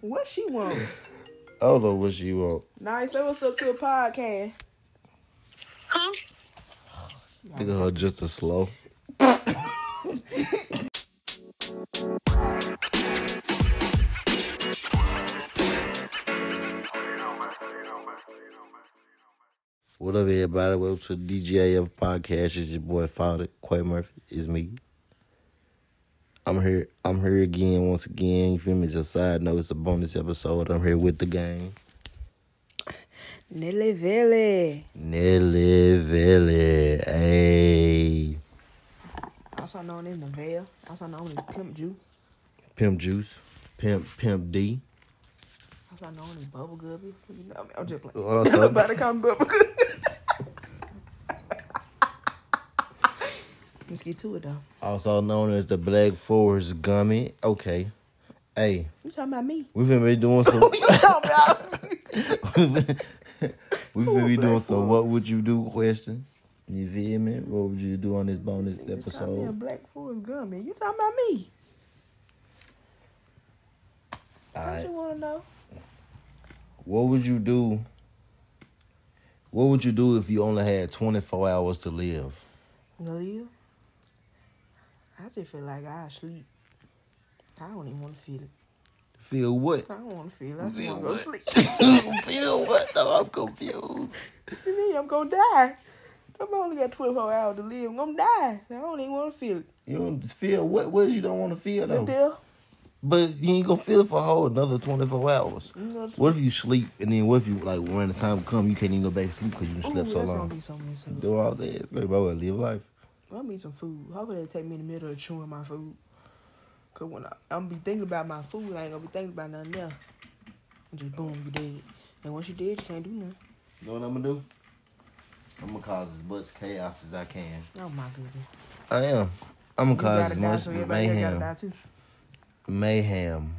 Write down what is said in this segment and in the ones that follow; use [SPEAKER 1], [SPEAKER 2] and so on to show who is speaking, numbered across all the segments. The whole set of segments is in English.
[SPEAKER 1] What she want?
[SPEAKER 2] I don't know what she want.
[SPEAKER 1] Nice. That was up to a podcast.
[SPEAKER 3] Huh?
[SPEAKER 2] Think of her just as slow. What up, everybody? Welcome to DJF Podcast. It's your boy Fowler, Quay Murphy. It's me. I'm here. I'm here again, once again. You feel me? It's a side note. It's a bonus episode. I'm here with the gang.
[SPEAKER 1] Nelly Villy.
[SPEAKER 2] Nelly Villy. Hey.
[SPEAKER 1] Also known as Neville. Also known as Pimp Jew.
[SPEAKER 2] Pimp Juice. Pimp Pimp D.
[SPEAKER 1] Also known as Bubble Gubby. You know, I'm just playing.
[SPEAKER 2] What else?
[SPEAKER 1] Nobody call me Bubble Gubby. Let's get to it though.
[SPEAKER 2] Also known as the Black Forest Gummy. Okay. Hey,
[SPEAKER 1] You talking about me?
[SPEAKER 2] we've been doing some.
[SPEAKER 1] Who you talking about?
[SPEAKER 2] we've been be
[SPEAKER 1] Black
[SPEAKER 2] doing some what would you do questions. You feel me? What would you do on this bonus
[SPEAKER 1] Just call me a
[SPEAKER 2] episode?
[SPEAKER 1] black fool gummy. You talking about me? Don't
[SPEAKER 2] Alright.
[SPEAKER 1] you want to know?
[SPEAKER 2] What would you do? What would you do if you only had 24 hours to live?
[SPEAKER 1] Lil, I just feel like I sleep. I don't even want to feel it.
[SPEAKER 2] Feel what?
[SPEAKER 1] I don't want to feel it. I just
[SPEAKER 2] Feel
[SPEAKER 1] want to go
[SPEAKER 2] what?
[SPEAKER 1] to sleep.
[SPEAKER 2] Feel what though? I'm confused.
[SPEAKER 1] You mean I'm gonna die? I only got 24 hours to live. I'm gonna die. I don't even want to feel it.
[SPEAKER 2] You don't feel what? What you don't want to feel
[SPEAKER 1] The
[SPEAKER 2] though?
[SPEAKER 1] death.
[SPEAKER 2] But you ain't gonna feel it for a whole another twenty four hours.
[SPEAKER 1] You know,
[SPEAKER 2] What if you sleep and then what if you like when the time come you can't even go back to sleep because you
[SPEAKER 1] ooh,
[SPEAKER 2] slept so
[SPEAKER 1] that's gonna
[SPEAKER 2] long?
[SPEAKER 1] be something. So,
[SPEAKER 2] Do what I'm saying? It's great, but I would live life.
[SPEAKER 1] I'm gonna eat some food. How would that take me in the middle of chewing my food? Cause when I, I'm be thinking about my food, I ain't gonna be thinking about nothing else. Just boom, you dead. And once you dead, you can't do nothing.
[SPEAKER 2] You know what I'm gonna do? I'm gonna cause as much chaos as I can.
[SPEAKER 1] Oh my goodness.
[SPEAKER 2] I am. I'm gonna
[SPEAKER 1] You
[SPEAKER 2] cause
[SPEAKER 1] gotta
[SPEAKER 2] as
[SPEAKER 1] die,
[SPEAKER 2] much
[SPEAKER 1] so everybody here gotta die
[SPEAKER 2] mayhem.
[SPEAKER 1] too.
[SPEAKER 2] Mayhem.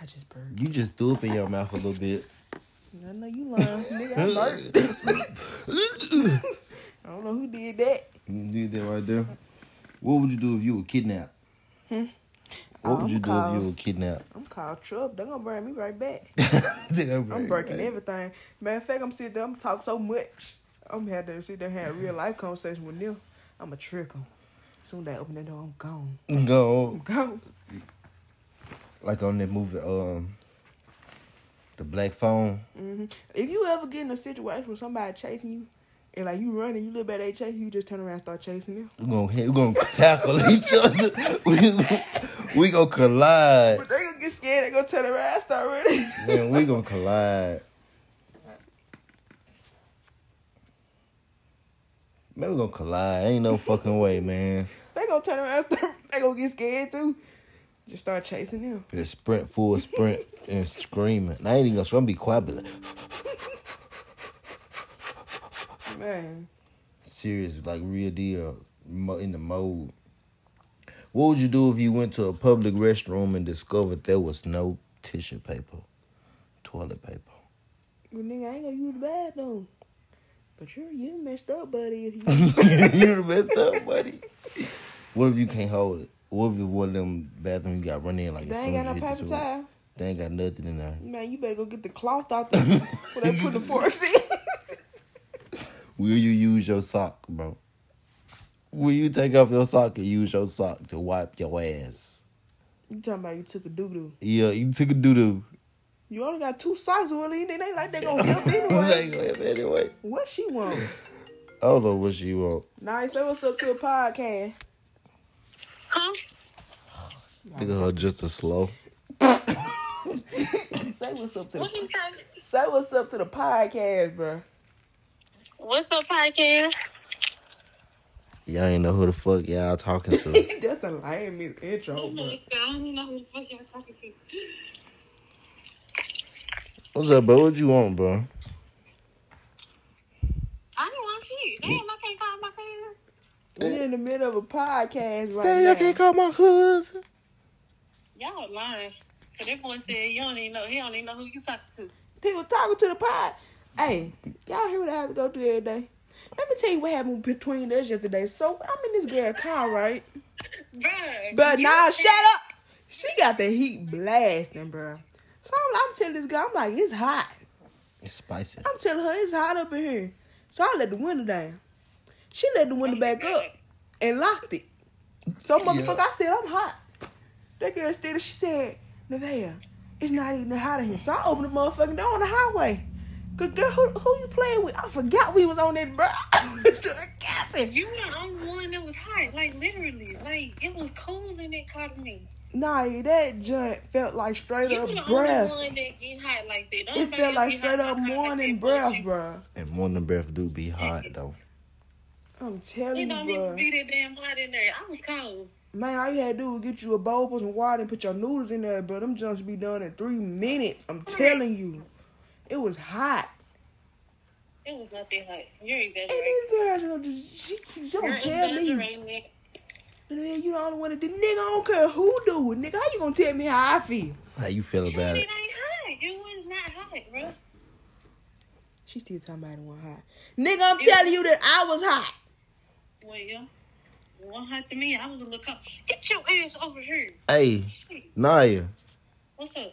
[SPEAKER 1] I just burped.
[SPEAKER 2] You just threw up in your mouth a little bit.
[SPEAKER 1] I know you lying. Nigga, I burped. I don't know who did that.
[SPEAKER 2] You did that right there. What would you do if you were kidnapped? What would
[SPEAKER 1] Oh, I'm
[SPEAKER 2] you do if
[SPEAKER 1] called-
[SPEAKER 2] you were kidnapped?
[SPEAKER 1] I'm called Trump. They're gonna bring me right back. I'm
[SPEAKER 2] I'm
[SPEAKER 1] breaking everything. Matter of fact, I'm sitting there, I'm talking so much. I'm had to sit there and have a real life conversation with them. I'm a trick 'em. Soon they open the door, I'm gone.
[SPEAKER 2] Go.
[SPEAKER 1] I'm gone.
[SPEAKER 2] like on that movie, um, the Black Phone.
[SPEAKER 1] hmm If you ever get in a situation where somebody chasing you and like you running, you look at they chase you, you just turn around and start chasing them.
[SPEAKER 2] We're gonna hit- we gonna tackle each other. We we gonna collide.
[SPEAKER 1] But they gonna get scared, they gonna turn around and start running.
[SPEAKER 2] Man, we gonna collide. Man, we gonna collide. Ain't no fucking way, man.
[SPEAKER 1] they gonna turn around and start, they gonna get scared too. Just start chasing them.
[SPEAKER 2] Just sprint, full sprint, and screaming. And I ain't even gonna. scream, I'm gonna be quiet. Be like,
[SPEAKER 1] Man.
[SPEAKER 2] serious, like real deal, mo- in the mode. What would you do if you went to a public restroom and discovered there was no tissue paper, toilet paper?
[SPEAKER 1] Well, nigga, I ain't gonna use the bathroom. But you you messed up, buddy. If you
[SPEAKER 2] you the messed up, buddy. What if you can't hold it? What if it's one of them bathroom you got run in like
[SPEAKER 1] they
[SPEAKER 2] as
[SPEAKER 1] ain't
[SPEAKER 2] soon
[SPEAKER 1] got
[SPEAKER 2] as
[SPEAKER 1] no
[SPEAKER 2] you hit
[SPEAKER 1] paper
[SPEAKER 2] the toilet?
[SPEAKER 1] towel.
[SPEAKER 2] They ain't got nothing in there.
[SPEAKER 1] Man, you better go get the cloth out there where they put the forks in.
[SPEAKER 2] Will you use your sock, bro? Will you take off your sock and use your sock to wipe your ass?
[SPEAKER 1] you talking about you took a doo doo.
[SPEAKER 2] Yeah, you took a doo doo.
[SPEAKER 1] You only got two socks, Willie. It ain't like they gonna help anyway.
[SPEAKER 2] anyway.
[SPEAKER 1] what she want?
[SPEAKER 2] I don't know what she want.
[SPEAKER 1] Nice. That was up to a podcast.
[SPEAKER 3] Huh?
[SPEAKER 2] Think of her just as slow.
[SPEAKER 1] Say what's up to the
[SPEAKER 3] What you say?
[SPEAKER 1] say what's up to the podcast, bro.
[SPEAKER 3] What's up, podcast?
[SPEAKER 2] Y'all ain't know who the fuck y'all talking to.
[SPEAKER 1] That's a lame intro, bro.
[SPEAKER 2] What's up, bro? What you want, bro?
[SPEAKER 3] I don't want shit. Damn, I can't call my parents.
[SPEAKER 1] We in the middle of a podcast right
[SPEAKER 2] Dang,
[SPEAKER 1] now.
[SPEAKER 2] I can't call my cousin.
[SPEAKER 3] Y'all lying. Cause that boy said you don't even know. He don't even know who you talking to.
[SPEAKER 1] People talking to the pod. Hey, y'all hear what I have to go through every day? Let me tell you what happened between us yesterday. So I'm in this girl car, right?
[SPEAKER 3] Bruh.
[SPEAKER 1] But
[SPEAKER 3] you
[SPEAKER 1] nah,
[SPEAKER 3] said-
[SPEAKER 1] shut up. She got the heat blasting, bruh. So I'm, I'm telling this girl, I'm like, it's hot.
[SPEAKER 2] It's spicy.
[SPEAKER 1] I'm telling her it's hot up in here. So I let the window down. She let the window back up and locked it. So motherfucker, I said I'm hot. That girl stood there, she said, Nevaeh, it's not even hot in here. So I opened the motherfucking door on the highway. Good girl, who, who you playing with? I forgot we was on that, bruh. I was doing capping.
[SPEAKER 3] You were the only one that was hot. Like, literally. Like, it was cold in that car to me.
[SPEAKER 1] Nah, that joint felt like straight
[SPEAKER 3] You
[SPEAKER 1] up
[SPEAKER 3] were the
[SPEAKER 1] breath.
[SPEAKER 3] only one that get hot like that. Don't
[SPEAKER 1] It
[SPEAKER 3] nobody
[SPEAKER 1] felt
[SPEAKER 3] else
[SPEAKER 1] like
[SPEAKER 3] get
[SPEAKER 1] straight
[SPEAKER 3] hot
[SPEAKER 1] up
[SPEAKER 3] like that
[SPEAKER 1] morning
[SPEAKER 3] but
[SPEAKER 1] breath,
[SPEAKER 3] you.
[SPEAKER 1] bruh.
[SPEAKER 2] And morning breath do be hot though.
[SPEAKER 1] I'm
[SPEAKER 3] It
[SPEAKER 1] telling you,
[SPEAKER 3] don't even be
[SPEAKER 1] bruh.
[SPEAKER 3] that damn hot in there. I was cold.
[SPEAKER 1] Man, all you had to do was get you a bowl, put some water, and put your noodles in there, bro. Them junks be done in three minutes. I'm telling you. It was hot.
[SPEAKER 3] It was not that hot. You're
[SPEAKER 1] And
[SPEAKER 3] exaggerating.
[SPEAKER 1] these girls, you know, just, she, she, she
[SPEAKER 3] You're
[SPEAKER 1] don't tell me.
[SPEAKER 3] exaggerating it.
[SPEAKER 1] Man, you the only one that did. Nigga, I don't care who do it. Nigga, how you gonna tell me how I feel?
[SPEAKER 2] How you feel
[SPEAKER 3] Shit,
[SPEAKER 2] about it?
[SPEAKER 3] it ain't hot. It was not hot, bro.
[SPEAKER 1] She still talking about it was hot. Nigga, I'm telling you that I was hot.
[SPEAKER 3] Well, yeah. It wasn't hot to me. I was a little cold. Get your ass over here.
[SPEAKER 2] Hey, Naya,
[SPEAKER 3] What's up?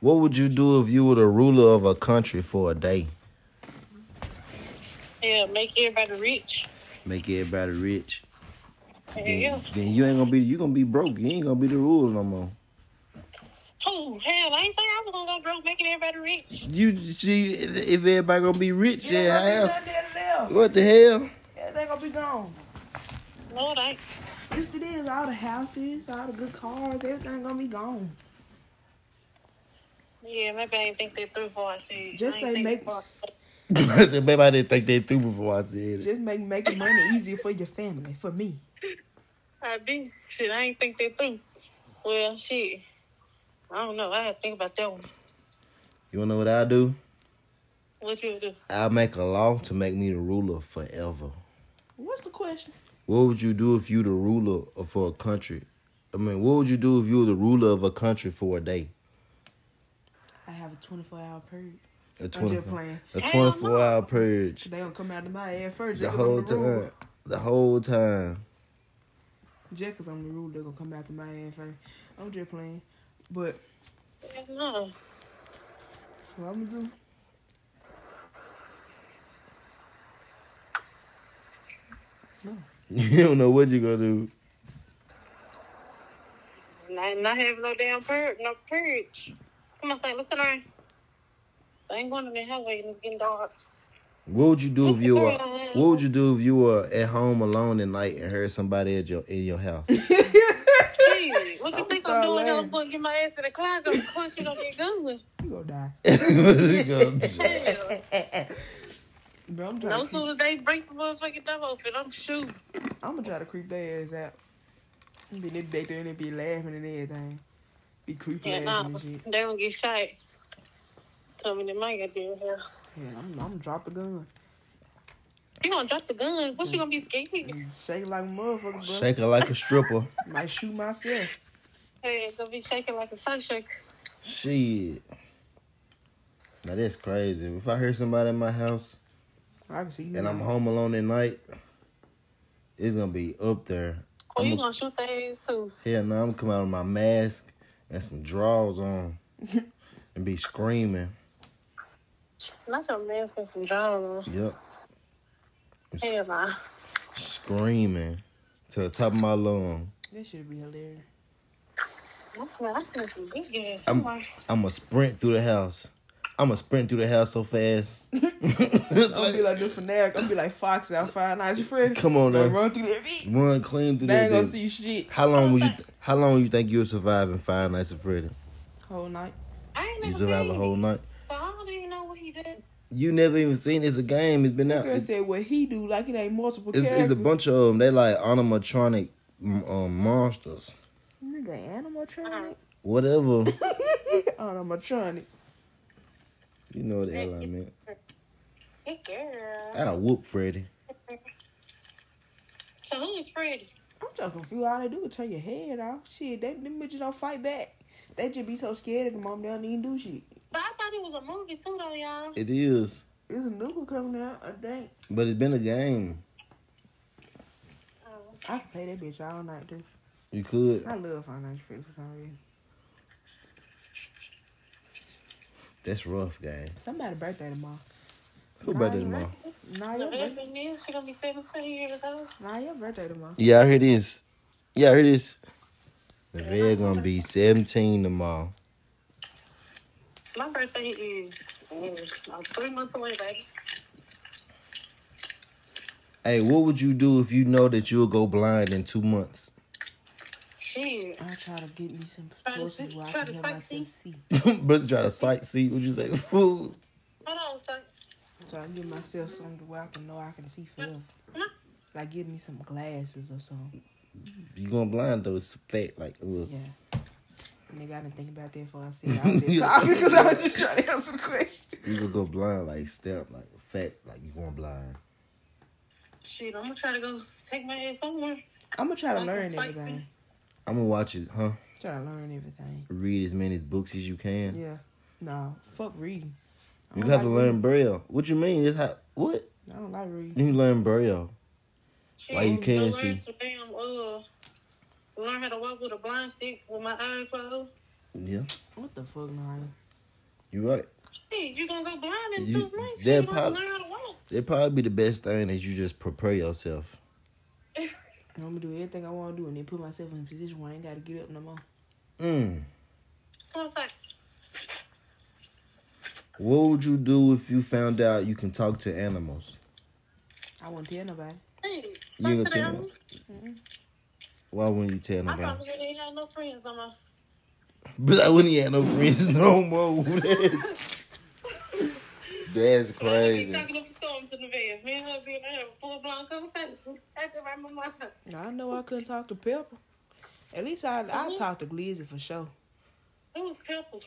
[SPEAKER 2] what would you do if you were the ruler of a country for a day?
[SPEAKER 3] Yeah, make everybody rich.
[SPEAKER 2] Make everybody rich.
[SPEAKER 3] Hell yeah.
[SPEAKER 2] Then, then you ain't gonna be you gonna be broke. You ain't gonna be the ruler no more.
[SPEAKER 3] Oh, hell, I ain't say I was gonna go broke making everybody rich.
[SPEAKER 2] You see if everybody gonna be rich,
[SPEAKER 1] You ain't
[SPEAKER 2] yeah,
[SPEAKER 1] gonna be
[SPEAKER 2] ass.
[SPEAKER 1] nothing there to live.
[SPEAKER 2] What the hell?
[SPEAKER 1] Everything gonna be gone.
[SPEAKER 3] Lord, I
[SPEAKER 1] Just it is, all the houses, all the good cars, everything gonna be gone.
[SPEAKER 3] yeah, maybe I ain't think that through for I said.
[SPEAKER 1] Just
[SPEAKER 3] I
[SPEAKER 1] say
[SPEAKER 3] ain't think
[SPEAKER 1] make-
[SPEAKER 3] far.
[SPEAKER 2] I said, babe, I didn't think that through before I said it.
[SPEAKER 1] Just make making money easier for your family, for me.
[SPEAKER 3] I be shit. I ain't think that through. Well, shit. I don't know. I had to think about that one.
[SPEAKER 2] You wanna know what I do?
[SPEAKER 3] What you do?
[SPEAKER 2] I make a law to make me the ruler forever.
[SPEAKER 1] What's the question?
[SPEAKER 2] What would you do if you the ruler of- for a country? I mean, what would you do if you were the ruler of a country for a day?
[SPEAKER 1] I have a 24 hour period.
[SPEAKER 2] A
[SPEAKER 1] just playing.
[SPEAKER 2] a
[SPEAKER 3] Hell
[SPEAKER 2] twenty four
[SPEAKER 3] no.
[SPEAKER 2] hour purge.
[SPEAKER 1] They don't come out of my head first.
[SPEAKER 2] The
[SPEAKER 1] Just 'cause I'm
[SPEAKER 2] whole
[SPEAKER 1] ruler.
[SPEAKER 2] time. The whole time.
[SPEAKER 1] Just because I'm the rule, they're going to come out of my head first. I'm just playing. But
[SPEAKER 3] No.
[SPEAKER 1] what I'm going to do?
[SPEAKER 2] You don't know what you gonna do.
[SPEAKER 3] Not, not having no damn purge. No purge. Come on, say, listen, I. I ain't going in the highway and it's getting dark.
[SPEAKER 2] What would you do if you were what would you do if you were at home alone at night and heard somebody at your in your house?
[SPEAKER 3] Shit, what you
[SPEAKER 1] I'm
[SPEAKER 3] think
[SPEAKER 1] sorry,
[SPEAKER 3] I'm doing?
[SPEAKER 1] man.
[SPEAKER 3] I'm going to get my ass in the closet. I'm going to get good.
[SPEAKER 1] You going to die.
[SPEAKER 2] Hell
[SPEAKER 3] Hell.
[SPEAKER 1] Bro, I'm trying
[SPEAKER 3] No
[SPEAKER 1] to creep,
[SPEAKER 3] sooner they break the motherfucking door open, I'm shooting.
[SPEAKER 1] I'm going to try to creep their ass out. And then they back there and they be laughing and everything. Be creepy
[SPEAKER 3] Yeah,
[SPEAKER 1] laughing
[SPEAKER 3] nah,
[SPEAKER 1] and shit.
[SPEAKER 3] uh, they don't get shot. Coming in my goddamn hell.
[SPEAKER 1] Yeah, I'm, I'm going to drop the gun.
[SPEAKER 3] You gonna drop the gun? What you gonna be scared?
[SPEAKER 1] And shake like a motherfucker, bro.
[SPEAKER 2] Shake her like a stripper.
[SPEAKER 1] Might shoot myself.
[SPEAKER 3] Hey, it's gonna be shaking like a sock shaker.
[SPEAKER 2] Shit. Now that's crazy. If I hear somebody in my house
[SPEAKER 1] I can see you.
[SPEAKER 2] and I'm
[SPEAKER 1] now.
[SPEAKER 2] home alone at night, it's gonna be up there.
[SPEAKER 3] Or
[SPEAKER 2] I'm
[SPEAKER 3] you
[SPEAKER 2] a-
[SPEAKER 3] gonna shoot their ass too?
[SPEAKER 2] Hell no, I'm gonna come out with my mask and some drawers on and be screaming.
[SPEAKER 3] Not your man's got some drama.
[SPEAKER 2] Yep.
[SPEAKER 3] Hell nah.
[SPEAKER 2] Screaming to the top of my lung.
[SPEAKER 1] That should be hilarious.
[SPEAKER 3] I smell, I smell some big ass
[SPEAKER 2] I'm-
[SPEAKER 3] somewhere.
[SPEAKER 2] I'ma sprint through the house. I'ma sprint through the house so fast.
[SPEAKER 1] I'm gonna be like the fanatic. I'm gonna be like Fox out Five Nights at Freddy's.
[SPEAKER 2] Come on
[SPEAKER 1] Gonna
[SPEAKER 2] now.
[SPEAKER 1] Run through that beat.
[SPEAKER 2] Run clean through
[SPEAKER 1] They
[SPEAKER 2] that
[SPEAKER 1] ain't gonna
[SPEAKER 2] bitch.
[SPEAKER 1] see shit.
[SPEAKER 2] How long would you how long you think you'll survive in Five Nights at Freddy?
[SPEAKER 1] Whole night.
[SPEAKER 3] I ain't
[SPEAKER 2] You
[SPEAKER 3] never
[SPEAKER 2] survive a
[SPEAKER 3] seen
[SPEAKER 2] whole
[SPEAKER 3] it.
[SPEAKER 2] night?
[SPEAKER 3] So I don't even know what he did.
[SPEAKER 2] You never even seen it's a game. It's been out.
[SPEAKER 1] Girl
[SPEAKER 2] It's,
[SPEAKER 1] said what he do like it ain't multiple
[SPEAKER 2] it's,
[SPEAKER 1] characters.
[SPEAKER 2] it's a bunch of them. They like animatronic mm, um, monsters.
[SPEAKER 1] nigga animatronic.
[SPEAKER 2] Whatever.
[SPEAKER 1] animatronic.
[SPEAKER 2] you know what the hell I meant.
[SPEAKER 3] Good girl.
[SPEAKER 2] I whoop Freddy.
[SPEAKER 3] So who is Freddy?
[SPEAKER 1] I'm just confused. All they do is turn your head off. Shit, they them bitches don't fight back. They just be so scared of the mom they don't even do shit.
[SPEAKER 3] But I thought it was a movie too, though, y'all.
[SPEAKER 2] It is,
[SPEAKER 1] There's a new one coming out. I think
[SPEAKER 2] but it's been a game.
[SPEAKER 3] Oh.
[SPEAKER 1] I can play that bitch all night, dude.
[SPEAKER 2] You could.
[SPEAKER 1] I love Final Fantasy Freddy for some reason.
[SPEAKER 2] That's rough, guys.
[SPEAKER 1] Somebody's birthday tomorrow.
[SPEAKER 2] Who about this mom?
[SPEAKER 1] Nah, your,
[SPEAKER 3] The
[SPEAKER 1] birth-
[SPEAKER 3] best thing is she gonna be 17 years old.
[SPEAKER 1] nah, your birthday tomorrow.
[SPEAKER 2] Yeah, I hear this. Yeah, I hear this. The red gonna be seventeen tomorrow.
[SPEAKER 3] My birthday is mm, I'm three months away, baby.
[SPEAKER 2] Hey, what would you do if you know that you'll go blind in two months?
[SPEAKER 3] Shit.
[SPEAKER 1] I'll try to get me some
[SPEAKER 3] Try to
[SPEAKER 1] sources
[SPEAKER 3] see-
[SPEAKER 1] where I
[SPEAKER 3] try
[SPEAKER 1] can
[SPEAKER 3] to
[SPEAKER 1] hear myself
[SPEAKER 3] sightsee.
[SPEAKER 1] see.
[SPEAKER 2] Brother try to sightsee. Would you say? Fool.
[SPEAKER 3] Hold on, sir.
[SPEAKER 1] So I get myself something where I can know I can see forever. Like give me some glasses or something.
[SPEAKER 2] You going blind though? It's fat. Like ugh.
[SPEAKER 1] Yeah. Nigga, I didn't think about that before I said I was just talking because I was just trying to answer the question.
[SPEAKER 2] you could go blind. Like step. Like fat. Like you going blind.
[SPEAKER 3] Shit, I'm gonna try to go take my ass somewhere.
[SPEAKER 1] I'm gonna try to
[SPEAKER 3] Like
[SPEAKER 1] learn
[SPEAKER 3] a sightsee.
[SPEAKER 1] everything.
[SPEAKER 2] I'm gonna watch it, huh?
[SPEAKER 1] Try to learn everything.
[SPEAKER 2] Read as many books as you can.
[SPEAKER 1] Yeah. No, fuck reading. I
[SPEAKER 2] You
[SPEAKER 1] don't
[SPEAKER 2] have to
[SPEAKER 1] like
[SPEAKER 2] learn braille. What you mean? It's how, what?
[SPEAKER 1] reading. I don't like reading.
[SPEAKER 2] You learn braille.
[SPEAKER 3] Shit,
[SPEAKER 2] Why you
[SPEAKER 3] go
[SPEAKER 2] can't
[SPEAKER 3] learn
[SPEAKER 2] see?
[SPEAKER 3] some damn, uh, learn how to walk with a blind stick with my eyes closed.
[SPEAKER 2] Yeah,
[SPEAKER 1] What the fuck, Naya?
[SPEAKER 2] you right.
[SPEAKER 3] Shit, you gonna go blind in
[SPEAKER 2] You-
[SPEAKER 3] two months?
[SPEAKER 2] that
[SPEAKER 3] You gonna
[SPEAKER 2] pop-
[SPEAKER 3] learn how to walk?
[SPEAKER 2] It'd probably be the best thing is you just prepare yourself.
[SPEAKER 1] I'm gonna do everything I wanna do and then put myself in a position where I ain't gotta get up no more.
[SPEAKER 2] Mm.
[SPEAKER 3] Come on, sir.
[SPEAKER 2] What would you do if you found out you can talk to animals?
[SPEAKER 1] I wouldn't tell nobody.
[SPEAKER 3] Hey,
[SPEAKER 2] You
[SPEAKER 3] talk
[SPEAKER 2] gonna
[SPEAKER 3] to
[SPEAKER 2] tell
[SPEAKER 3] them.
[SPEAKER 2] me? Why wouldn't you tell
[SPEAKER 3] I
[SPEAKER 2] nobody?
[SPEAKER 3] probably didn't have no friends no more.
[SPEAKER 2] But I wouldn't have no friends no more. That's, that's
[SPEAKER 3] I'm
[SPEAKER 2] crazy.
[SPEAKER 3] talking up a storm to the vest. Me and her being have a full blown conversation. That's right, my mother.
[SPEAKER 1] Now, I know I couldn't talk to Pepper. At least I I talked to Glizzy for sure.
[SPEAKER 3] It was purple.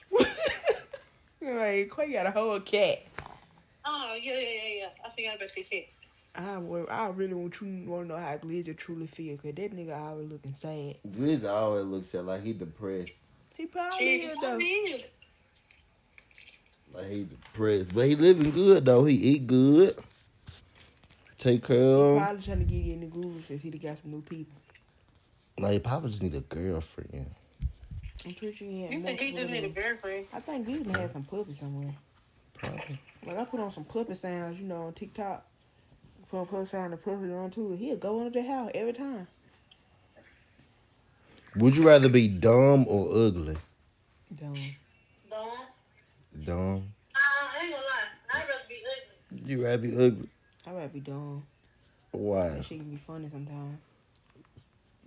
[SPEAKER 1] Right, Quay got a whole cat.
[SPEAKER 3] Oh, yeah, yeah, yeah, yeah. I forgot about this shit.
[SPEAKER 1] I wor- I really want you want to know how Glizzy truly feel, cause that nigga always looking sad.
[SPEAKER 2] Glizzy always looks at like he depressed.
[SPEAKER 1] He probably
[SPEAKER 3] Shit,
[SPEAKER 1] is
[SPEAKER 3] I
[SPEAKER 1] though.
[SPEAKER 3] did.
[SPEAKER 2] Like he depressed. But he living good though. He eat good. Take care of him.
[SPEAKER 1] Probably trying to get you in the groove since he done got some new people.
[SPEAKER 2] Like Papa just need a girlfriend.
[SPEAKER 1] I'm pretty sure he had
[SPEAKER 3] You said he
[SPEAKER 1] multiple
[SPEAKER 3] just need a
[SPEAKER 1] of them.
[SPEAKER 3] girlfriend.
[SPEAKER 1] I think Glizzy had some puppies somewhere.
[SPEAKER 2] Probably.
[SPEAKER 1] Like I put on some puppet sounds, you know, on TikTok. Put on puppet sound, the puppet on too. He'll go under the house every time.
[SPEAKER 2] Would you rather be dumb or ugly?
[SPEAKER 1] Dumb.
[SPEAKER 3] Don't. Uh,
[SPEAKER 2] Dumb.
[SPEAKER 3] I ain't gonna lie. I'd rather be ugly.
[SPEAKER 2] You rather be ugly.
[SPEAKER 1] I rather be dumb.
[SPEAKER 2] Why?
[SPEAKER 1] That shit can be funny sometimes.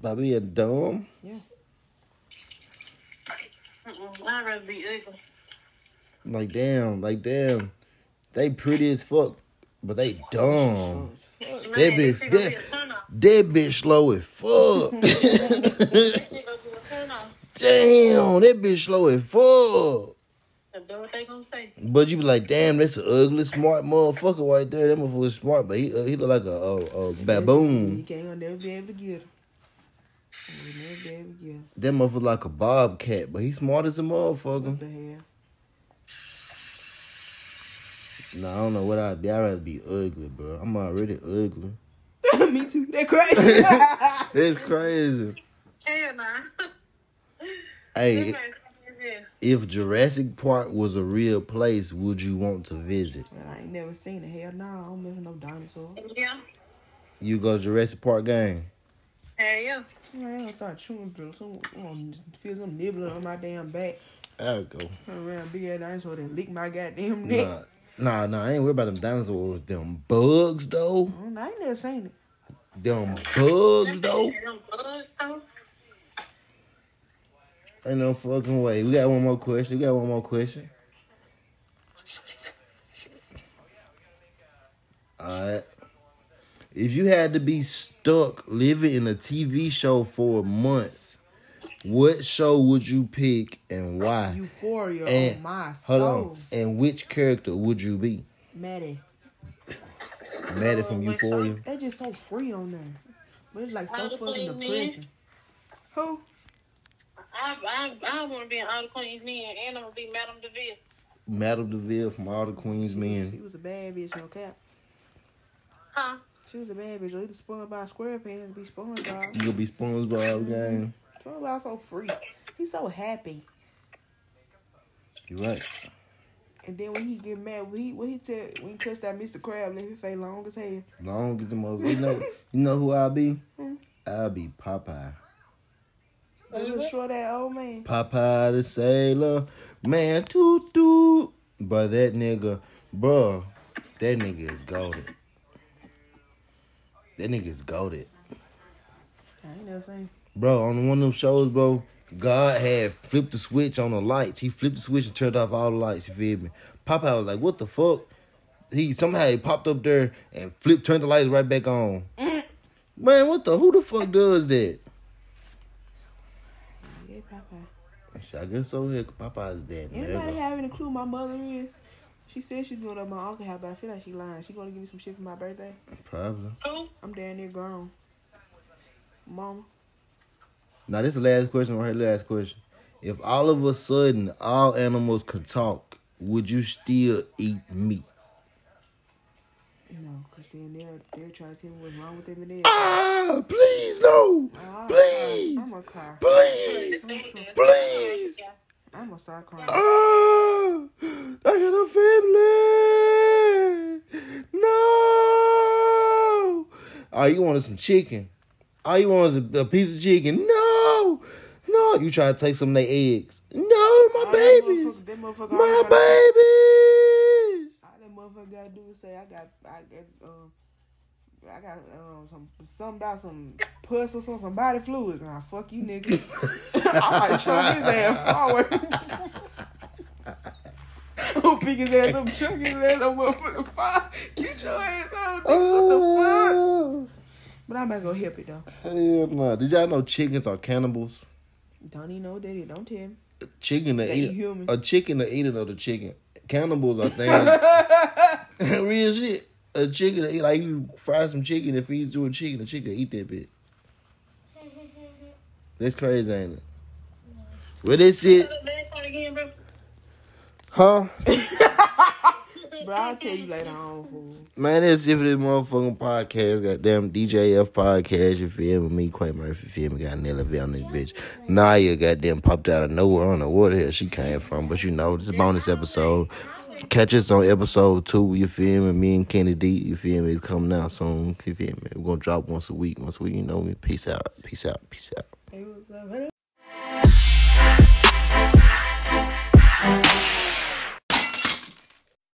[SPEAKER 2] By being dumb?
[SPEAKER 1] Yeah.
[SPEAKER 3] Mm-mm, I'd rather be ugly.
[SPEAKER 2] Like damn, like damn. They pretty as fuck, but they dumb.
[SPEAKER 1] Fuck.
[SPEAKER 3] Man,
[SPEAKER 2] That bitch-
[SPEAKER 3] this shit gonna
[SPEAKER 2] that-
[SPEAKER 3] be a turn off.
[SPEAKER 2] That bitch slow as fuck.
[SPEAKER 3] That shit gonna be a turn off.
[SPEAKER 2] damn, that bitch slow as fuck.
[SPEAKER 3] I know what they gonna say.
[SPEAKER 2] But you be like, damn, that's an ugly smart motherfucker right there. That motherfucker smart, but he uh, he look like a, a, a
[SPEAKER 1] You
[SPEAKER 2] baboon.
[SPEAKER 1] can't gonna never be able to get him. You never be able to get him.
[SPEAKER 2] That motherfucker like a bobcat, but he smart as a
[SPEAKER 1] What
[SPEAKER 2] motherfucker.
[SPEAKER 1] the hell?
[SPEAKER 2] Nah, I don't know what I'd be. I'd rather be ugly, bro. I'm already ugly.
[SPEAKER 1] Me too. That crazy.
[SPEAKER 2] That's crazy.
[SPEAKER 3] Hell nah.
[SPEAKER 2] Hey,
[SPEAKER 3] This man crazy as hell.
[SPEAKER 2] if Jurassic Park was a real place, would you want to visit?
[SPEAKER 1] Man, I ain't never seen it. Hell no, I don't miss no dinosaur.
[SPEAKER 3] Yeah.
[SPEAKER 2] You go to Jurassic Park game.
[SPEAKER 3] Hell yeah.
[SPEAKER 1] Man, I gonna start chewing through some. I'm gonna feel some nibbling on my damn back.
[SPEAKER 2] I'll go.
[SPEAKER 1] Turn around, big ass dinosaur that lick my goddamn neck.
[SPEAKER 2] Nah, nah, nah. I ain't worried about them dinosaurs. Them bugs though.
[SPEAKER 1] Mm, I ain't never seen it.
[SPEAKER 2] Them bugs
[SPEAKER 3] Them
[SPEAKER 2] though.
[SPEAKER 3] bugs, though.
[SPEAKER 2] Ain't no fucking way. We got one more question. We got one more question. Alright. If you had to be stuck living in a TV show for a month, what show would you pick and why?
[SPEAKER 1] Euphoria
[SPEAKER 2] And-
[SPEAKER 1] on my
[SPEAKER 2] Hold
[SPEAKER 1] soul.
[SPEAKER 2] on. And which character would you be?
[SPEAKER 1] Maddie.
[SPEAKER 2] Maddie from Euphoria.
[SPEAKER 1] They just so free on there. But it's like
[SPEAKER 3] All
[SPEAKER 1] so
[SPEAKER 3] the
[SPEAKER 1] fucking
[SPEAKER 3] queen
[SPEAKER 1] depressing. Who?
[SPEAKER 3] I, I, I want to be an Auto Queen's man, and I'm going to be Madame DeVille.
[SPEAKER 2] Madame DeVille from All the Queens
[SPEAKER 1] She
[SPEAKER 2] Men.
[SPEAKER 1] was a bad bitch, no cap.
[SPEAKER 3] Huh?
[SPEAKER 1] She was a bad bitch. Or either SpongeBob SquarePants, be SpongeBob.
[SPEAKER 2] You gonna be SpongeBob game.
[SPEAKER 1] SpongeBob so free. He's so happy.
[SPEAKER 2] You right.
[SPEAKER 1] And then when he get mad, when he when he tell when he touch that Mr. Crab, let his face long as hell.
[SPEAKER 2] Long as the motherfucker. You know, you know who I'll be? I'll be Popeye.
[SPEAKER 1] The little short that old man.
[SPEAKER 2] Popeye the Sailor Man, toot toot. But that nigga, bruh, that nigga is goaded. That nigga is goaded.
[SPEAKER 1] I ain't never seen.
[SPEAKER 2] Bro, on one of them shows, bro, God had flipped the switch on the lights. He flipped the switch and turned off all the lights, you feel me? Popeye was like, what the fuck? He somehow he popped up there and flipped, turned the lights right back on. Man, what the, who the fuck does that?
[SPEAKER 1] Yeah, Papa.
[SPEAKER 2] I guess so. Heck, Popeye's dead.
[SPEAKER 1] Anybody
[SPEAKER 2] nigga.
[SPEAKER 1] having a clue my mother is? She said she's going to my uncle house, but I feel like she lying. She gonna give me some shit for my birthday.
[SPEAKER 2] Probably.
[SPEAKER 3] Who?
[SPEAKER 1] I'm damn near grown. Mama.
[SPEAKER 2] Now this is the last question, right? here, Last question. If all of a sudden all animals could talk, would you still eat meat?
[SPEAKER 1] No, cause then they're they're trying to tell me what's wrong with them and they
[SPEAKER 2] Ah, please no,
[SPEAKER 1] Ah,
[SPEAKER 2] please,
[SPEAKER 1] I'm a car.
[SPEAKER 2] please, please.
[SPEAKER 1] I'm gonna start crying.
[SPEAKER 2] Ah, I got a family. No. Oh, you wanted some chicken? All you want is a, a piece of chicken? No, no. You trying to take some of their eggs? No, my
[SPEAKER 1] All Oh, that
[SPEAKER 2] babies.
[SPEAKER 1] motherfucker- that motherfucker
[SPEAKER 2] My
[SPEAKER 1] always gotta-
[SPEAKER 2] baby.
[SPEAKER 1] All that motherfucker gotta do is say I got I got um I got um some something about some puss or some, some body fluids and I fuck you nigga. I might chunk his ass forward. I'm gonna pick his ass up, chunk his ass up, motherfucker. Fuck, get your ass out, nigga. What the fuck?
[SPEAKER 2] Oh,
[SPEAKER 1] But I'm not gonna help it though.
[SPEAKER 2] hell no. Did y'all know chickens are cannibals?
[SPEAKER 1] Don't even know daddy. Don't tell him.
[SPEAKER 2] Chicken to
[SPEAKER 1] They
[SPEAKER 2] eat
[SPEAKER 1] eat humans.
[SPEAKER 2] a chicken to eat another chicken. Cannibals are things. Real shit. A chicken to eat like you fry some chicken and feed it to a chicken. The chicken will eat that bit. That's crazy, ain't it? Well, that's it,
[SPEAKER 3] Last part again, bro.
[SPEAKER 2] huh?
[SPEAKER 1] But I'll tell you later on, fool.
[SPEAKER 2] Man, that's it for this motherfucking podcast. Goddamn DJF podcast. You feel me? Me, Quay Murphy. You feel me? Got Nelly V on this bitch. Naya goddamn popped out of nowhere. I don't know where the hell she came from. But you know, this is a bonus episode. Catch us on episode two. You feel me? Me and Kenny D. You feel me? It's coming out soon. You feel me? We're going to drop once a week. Once a week, you know me. Peace out. Peace out. Peace out.